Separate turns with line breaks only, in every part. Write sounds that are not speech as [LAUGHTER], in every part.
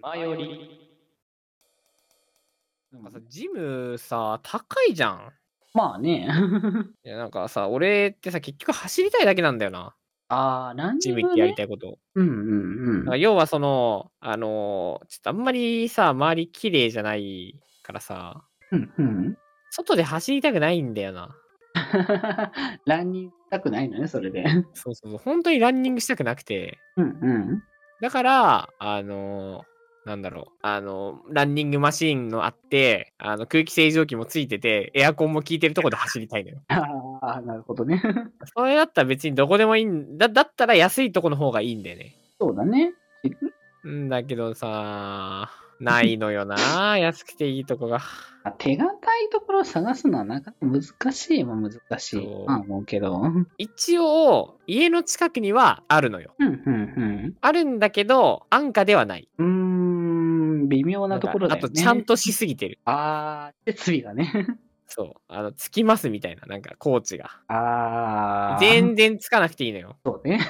前より。
う
なんんかさ、ジムさ、高いじゃん。
まあね。
いや、なんかさ、俺ってさ、結局走りたいだけなんだよな。
ああ、ランニ
ジ
ン
ム
グ、ね。
行ってやりたいこと。
うんうんう
なん
ん。
か要はその、あのー、ちょっとあんまりさ、周り綺麗じゃないからさ、
うんうん、 [LAUGHS]
外で走りたくないんだよな。
ランニングしたくないのね、それで。
そうそうそう、本当にランニングしたくなくて。
うんうん。
だから、あのーなんだろう。あのーランニングマシーンのあって、あの、空気清浄機もついてて、エアコンも効いてるとこで走りたいのよ。
ああ、なるほどね。 [LAUGHS]
それだったら別にどこでもいいんだ、だったら安いとこの方がいいんだよね。
そうだね。
んだけどさ、ないのよな、 [LAUGHS] 安くていいとこが。
まあ手堅いところを探すのはなかなか難しいは難しい
そう
まあ思うけど。うん
一応、家の近くにはあるのよ。
うん
あるんだけど、安価ではない。
うん。うーん、微妙なところだ
なん
よ
か
ね。
あと、ちゃんとしすぎてる。
ああ、設備がね。
そう。あの、つきますみたいな、なんか、コーチが。
ああ。
全然つかなくていいのよ。
そうね。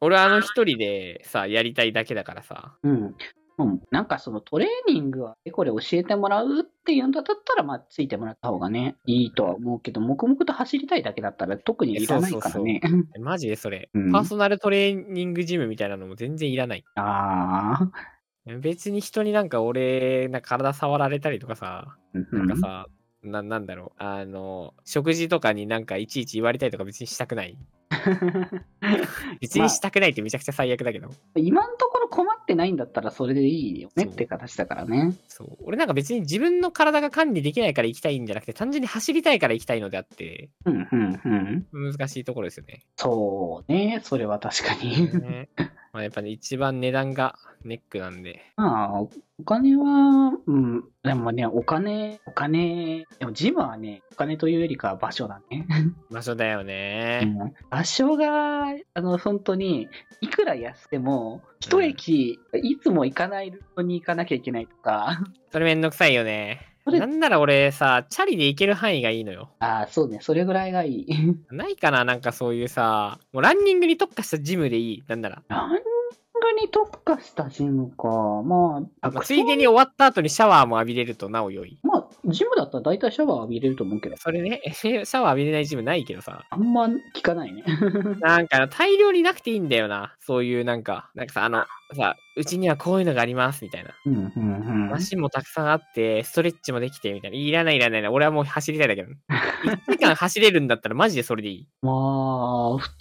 俺あの一人でさ、やりたいだけだからさ。
うん。うんなんかそのトレーニングはこれ教えてもらうっていうんだったら、まあついてもらった方がね、いいとは思うけど、黙々と走りたいだけだったら特にいらないからね。
マジでそれ。
うん
パーソナルトレーニングジムみたいなのも全然いらない。
ああ。
別に人になんか俺、なんか体触られたりとかさ、
な
なんか、さ、ななんだろう、あの、食事とかになんかいちいち言われたりとか別にしたくない。別にしたくないってめちゃくちゃ最悪だけど。
今のところ困ってないんだったらそれでいいよねって形だからね。
そう。俺なんか別に自分の体が管理できないから行きたいんじゃなくて、単純に走りたいから行きたいのであって、
うんうんうん。
難しいところですよ
[LAUGHS]
ね。
そうね、それは確かに。
ね、まあやっぱね、一番値段がネックなんで。
まあ、お金は、うん、でもね、お金、お金、でもジムはね、お金というよりかは場所だね。
場所だよ
う
ね。
ん場所が、あの、本当に、いくら安でも、一駅、いつも行かないルートに行かなきゃいけないとか、
それめんどくさいよね。
それ
なんなら俺さ、チャリで行ける範囲がいいのよ。
ああ、そうね、それぐらいがいい。
ないかななんかそういうさ、もうランニングに特化したジムでいい。なんなら。
ランニングに特化したジムか、まあ、
まあついでに終わった後にシャワーも浴びれるとなお良い。
まあ、ジムだったら大体シャワー浴びれると思うけど、
それね、シャワー浴びれないジムないけどさ。
あんま聞かないね。
なんか大量になくていいんだよな。そういうなんか、なんかさ、あの、さ、うちにはこういうのがありますみたいな。
うんうんうん
マ。シンもたくさんあって、ストレッチもできて、みたいな。いらないいらないいらない。俺はもう走りたいだけど。1時
[LAUGHS]
間走れるんだったらマジでそれでいい。
まあ、普通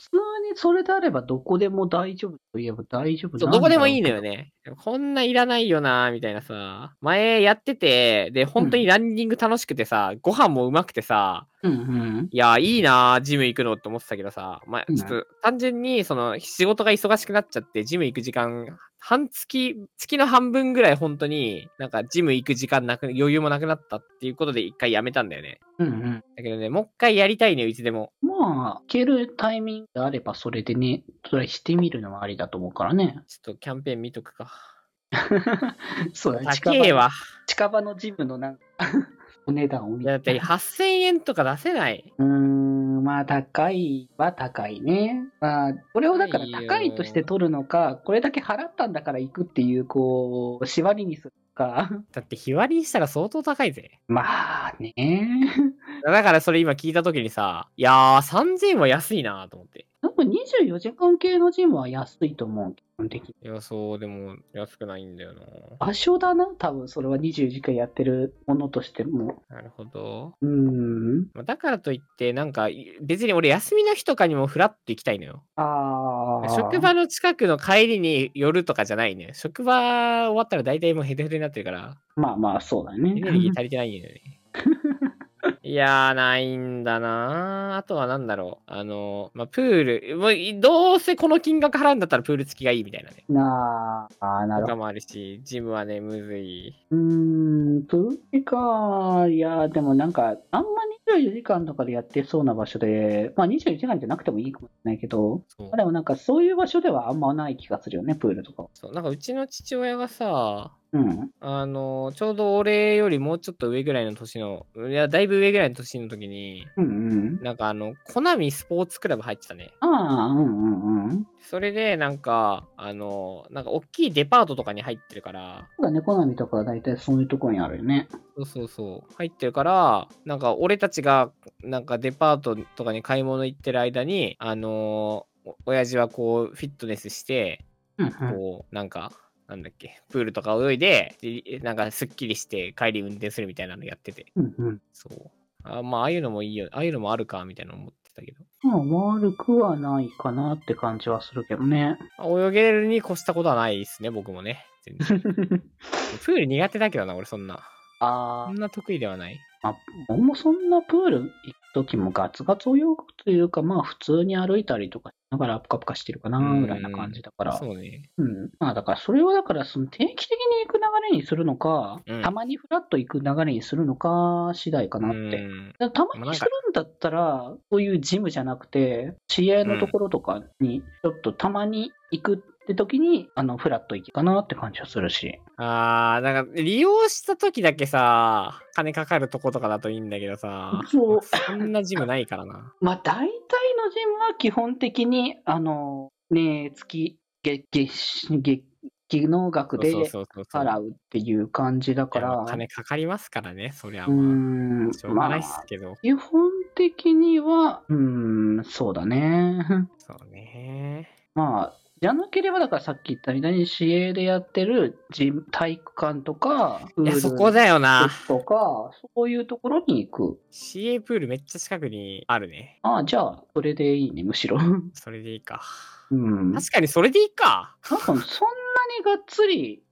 にそれであればどこでも大丈夫といえば大丈夫
そう、
なんだろ
ど
う
こでもいいのよね。こんないらないよなみたいなさ。前やってて、で、本当にランニング楽しくてさ、ご飯もうまくてさ、
うんうん。
いやいいなジム行くのって思ってたけどさ、ま
うん
ちょっと単純に、その、仕事が忙しくなっちゃって、ジム行く時間、半月、月の半分ぐらい本当に、なんかジム行く時間なく、余裕もなくなったっていうことで一回やめたんだよね。
うんうん。
だけどね、もう一回やりたいね、いつでも。
まあ、行けるタイミングであればそれでね、トライしてみるのはありだと思うからね。
ちょっとキャンペーン見とくか。
[LAUGHS] そうだね。
高えわ。
近場のジムのなんか [LAUGHS] お値段を見
いやだって8000円とか出せない。
うーん、まあ高いは高いね。まあ、これをだから
高いよ
高いとして取るのか、これだけ払ったんだから行くっていう、こう、縛りにするか。 [LAUGHS]
だって日割りにしたら相当高いぜ。
まあね。
だからそれ今聞いた時にさ、いやー3000円は安いなと思って。
多分24時間系のジムは安いと思う、基本的に。
いや、そう、でも安くないんだよな。
場所だな、多分それは24時間やってるものとしても。
なるほど。
うーん。
まあだからといって、なんかい別に俺休みの日とかにもフラッと行きたいのよ。
ああ。
職場の近くの帰りに寄るとかじゃないね。職場終わったら大体もうヘトヘトになってるから、
まあまあ、そうだ
エ
ね。
ネルギー足りてないんだ
[LAUGHS]
よね。いやー、ないんだなーあとはなんだろう。あのー、まあ、プール、もういどうせこの金額払うんだったらプール付きがいいみたいなね。
なあ、あーな
と
るほ
かもあるし、ジムはね、むずい。
ど。うーん、プールか。いや、でもなんか、あんま24時間とかでやってそうな場所で、まあ24時間じゃなくてもいいかもしれないけど、
そう
まあ。でもなんかそういう場所ではあんまない気がするよね、プールとかは。
そうなんかうちの父親がさ、
うん。
あの、ちょうど俺よりもうちょっと上ぐらいの年の、いや、だいぶ上ぐらいの年の時に、
うんうん。
なんかあの、コナミスポーツクラブ入ってたね。
ああ、うんうんうん。
それで、なんか、あの、なんか大きいデパートとかに入ってるから、
なんかね、好みとかは大体そういうところにあるよね。
そうそうそう、入ってるから、なんか俺たちが、なんかデパートとかに買い物行ってる間に、あの、お親父はこう、フィットネスして、
うんうん。
こう、なんか、なんだっけ、プールとか泳いで、でなんかすっきりして帰り運転するみたいなのやってて、
うんうん。
そう。あまあ、ああいうのもいいよ、ああいうのもあるか、みたいなの思ってたけど。
まあ、悪くはないかなって感じはするけど
[LAUGHS]
ね。
まあ泳げるに越したことはないですね、僕もね。全
[LAUGHS]
然プール苦手だけどな、俺そんな。
あ
そ
あ
ん、な得意ではない。
まあ、僕もそんなプール行くときもガツガツ泳ぐというか、まあ普通に歩いたりとかしながらプカプカしてるかな、ぐらいな感じだから。
そうね。
うん。まあだからそれをだからその定期的に行く流れにするのか、
うん
たまにフラッと行く流れにするのか次第か
う
なって。
ん。
だからたまにするんだったら、そういうジムじゃなくて、知り合いのところとかに、ちょっとたまに行くって時に、あの、フラッと行きかなって感じはするし。
あー、なんか、利用した時だけさ、金かかるとことかだといいんだけどさ、
そう
そんなジムないからな。
まあ、大体のジムは基本的に、あの、ね、月、月、月、月、月の額 [LAUGHS] で
そうそうそうそう。
払うっていう感じだか
いやま
ら
あ、金かかりますからね、そりゃ
うー
ま
ん
あ。しょうが
ま
ない
あ
っ、すけど。
基本的には、うーん、そうだね。 [LAUGHS]
そうね。
まあ、じゃなければ、だからさっき言ったみたいに、市営でやってるジム体育館とか、
いや、そこだよ
プー
な
ル。とか、そういうところに行く。
CA プールめっちゃ近くにあるね。
ああ、じゃあ、それでいいね、むしろ。 [LAUGHS] う
それでいいか。
ん。
確かにそれでいいか。
多分そんなにがっつり、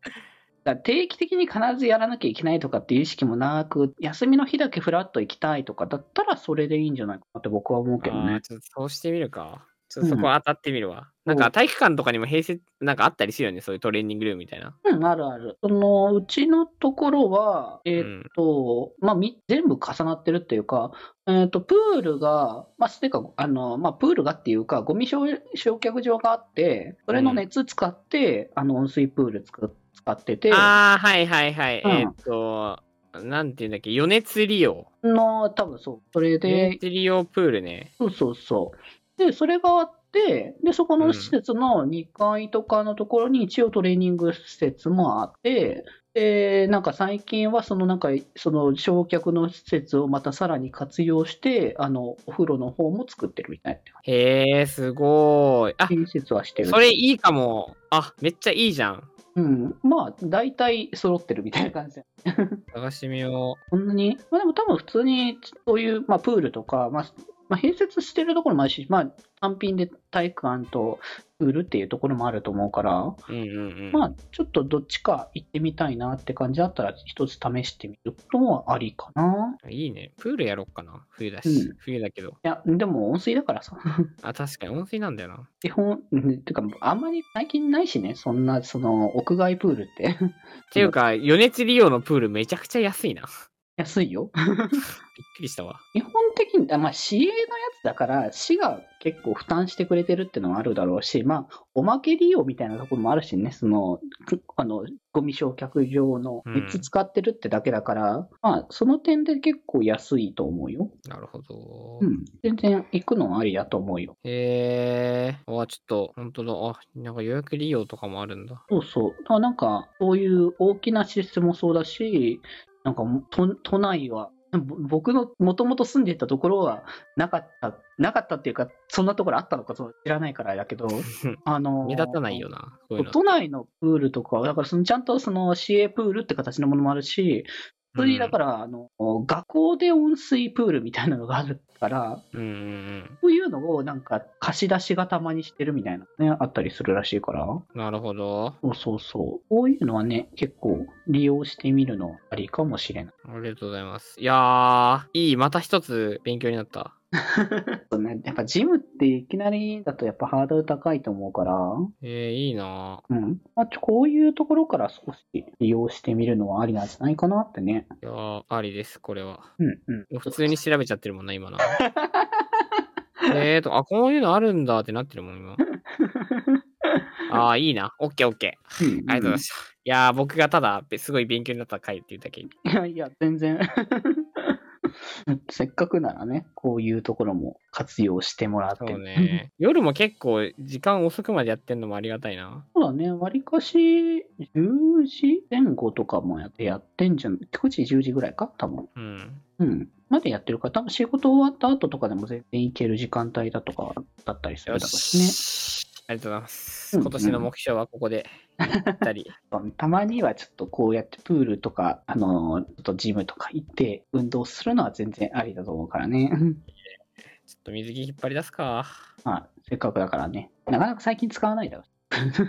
だから定期的に必ずやらなきゃいけないとかっていう意識もなく、休みの日だけフラッと行きたいとかだったら、それでいいんじゃないかなって僕は思うけど
あー
ね。
ちょっとそうしてみるか。ちょっと
う
そ
ん
こ当たってみるわ。なん
そ
か
う
体育館とかにも併設、なんかあったりするよね、そういうトレーニングルームみたいな。
うん、あるある。そのうちのところは、えーっと、まあみ、全部重なってるっていうか、えーっと、プールが、まあ、てか、あの、まあ、プールがっていうか、ゴミ焼焼却場があって、それの熱使って、あの、温水プール作っ使ってて、
ああ、はいはいはい。
うん
えーっと、なんていうんだっけ、余熱利用。
の、多分そう、それ
余
で
熱利用プールね。
そうそうそう。で、それがあって、で、そこ
う
の
ん
施設の2階とかのところに一応トレーニング施設もあって、で、なんか最近はそのなんか、その焼却の施設をまたさらに活用して、あの、お風呂の方も作ってるみたいな
へえ、すごーい。あ、
建設はしてる。
それいいかも。あ、めっちゃいいじゃん。
うん。まあ、大体揃ってるみたいな感じで
探してみよ
そんなに、まあ、でも多分普通にそういう、まあ、プールとか、まあまあ、併設してるところもあるし、まあ、単品で体育館とプールっていうところもあると思うから、
う。うんうんうん。
まあ、ちょっとどっちか行ってみたいなって感じだったら、一つ試してみるのはありかな。
いいね。プールやろっかな。冬だし。
うん
冬だけど。
いや、でも温水だからさ。 [LAUGHS]
あ、確かに温水なんだよな。
基本、うんてか、あんまり最近ないしね、そんな、その、屋外プールって。 [LAUGHS]
っていうか、余熱利用のプールめちゃくちゃ安いな。びっ
安いよ。
くりしたわ。
基本的に、あまあ、市営のやつだから、市が結構負担してくれてるってのもあるだろうし、まあ、おまけ利用みたいなところもあるしね、その、くあの、ゴミ焼却場の
うん
3つ使ってるってだけだから、まあ、その点で結構安いと思うよ。
なるほど。
うん。全然行くのはありだと思うよ。
へえ。わ、ちょっと、本当だ。あ、なんか予約利用とかもあるんだ。
そうそう。だからなんか、そういう大きな施設もそうだし、なんかも都、都内は、ぼ僕のもともと住んでたところはなかった、なかったっていうか、そんなところあったのかそう知らないからだ
[LAUGHS]
けど、あのー
目立たないよな。こういうの。
都内のプールとかは、だからそのちゃんとその市営プールって形のものもあるし、それにだから、あの、学校で温水プールみたいなのがあるから、
うんうんうん
こういうのをなんか貸し出しがたまにしてるみたいなのね、あったりするらしいから。
うん。なるほど。
そうそうそう。こういうのはね、結構利用してみるのありかもしれない。
ありがとうございます。いやー、いい。また一つ勉強になった。
そうね、やっぱジムっていきなりだとやっぱハードル高いと思うから、
えー、いいな
うん。まあ、ちょこういうところから少し利用してみるのはありなんじゃないかなってね。
ー。いやー、ありです、これは。
うんうん。
普通に調べちゃってるもんな、今な。 [LAUGHS] えーと、あ、こういうのあるん [LAUGHS] だってなってるもん、今。あー、いいな。オッケーオッケー。
うんうん
[LAUGHS] ありがとうございました。いやー、僕がただ、べすごい勉強になった回っていうだけ。
いやいや、全然。 [LAUGHS] せっかくならね、こういうところも活用してもらって。
そうね。夜も結構、時間遅くまでやってんのもありがたいな。
そうだね、わりかし10時前後とかもやってやってんじゃん。9時、10時ぐらいか多分。
うん。
うん。までやってるから、多分仕事終わった後とかでも全然行ける時間帯だとかだったりする
よ
だろうしね。
し。ありがとうございます。
うん
今年の目標はここ [LAUGHS] で、行ったり。
たまにはちょっとこうやってプールとか、あのーちょっとジムとか行って運動するのは全然ありだと思うからね。
ちょっと水着引っ張り出すか。
まあ、せっかくだからね。なかなか最近使わないだろ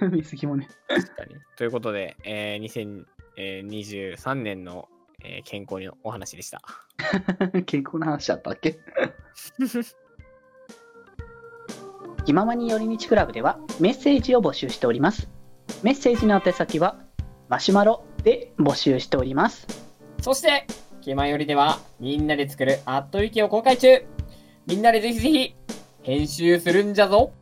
う。 [LAUGHS] 水着もね。
確かに。ということで、えー2023年の、えー健康のお話でした。
[LAUGHS] 健康な話だったっけ [LAUGHS] 気ままに寄り道クラブではメッセージを募集しておりますメッセージの宛先はマシュマロで募集しております
そして、気まよりでは、みんなで作るアットウィキを公開中みんなでぜひぜひ、編集するんじゃぞ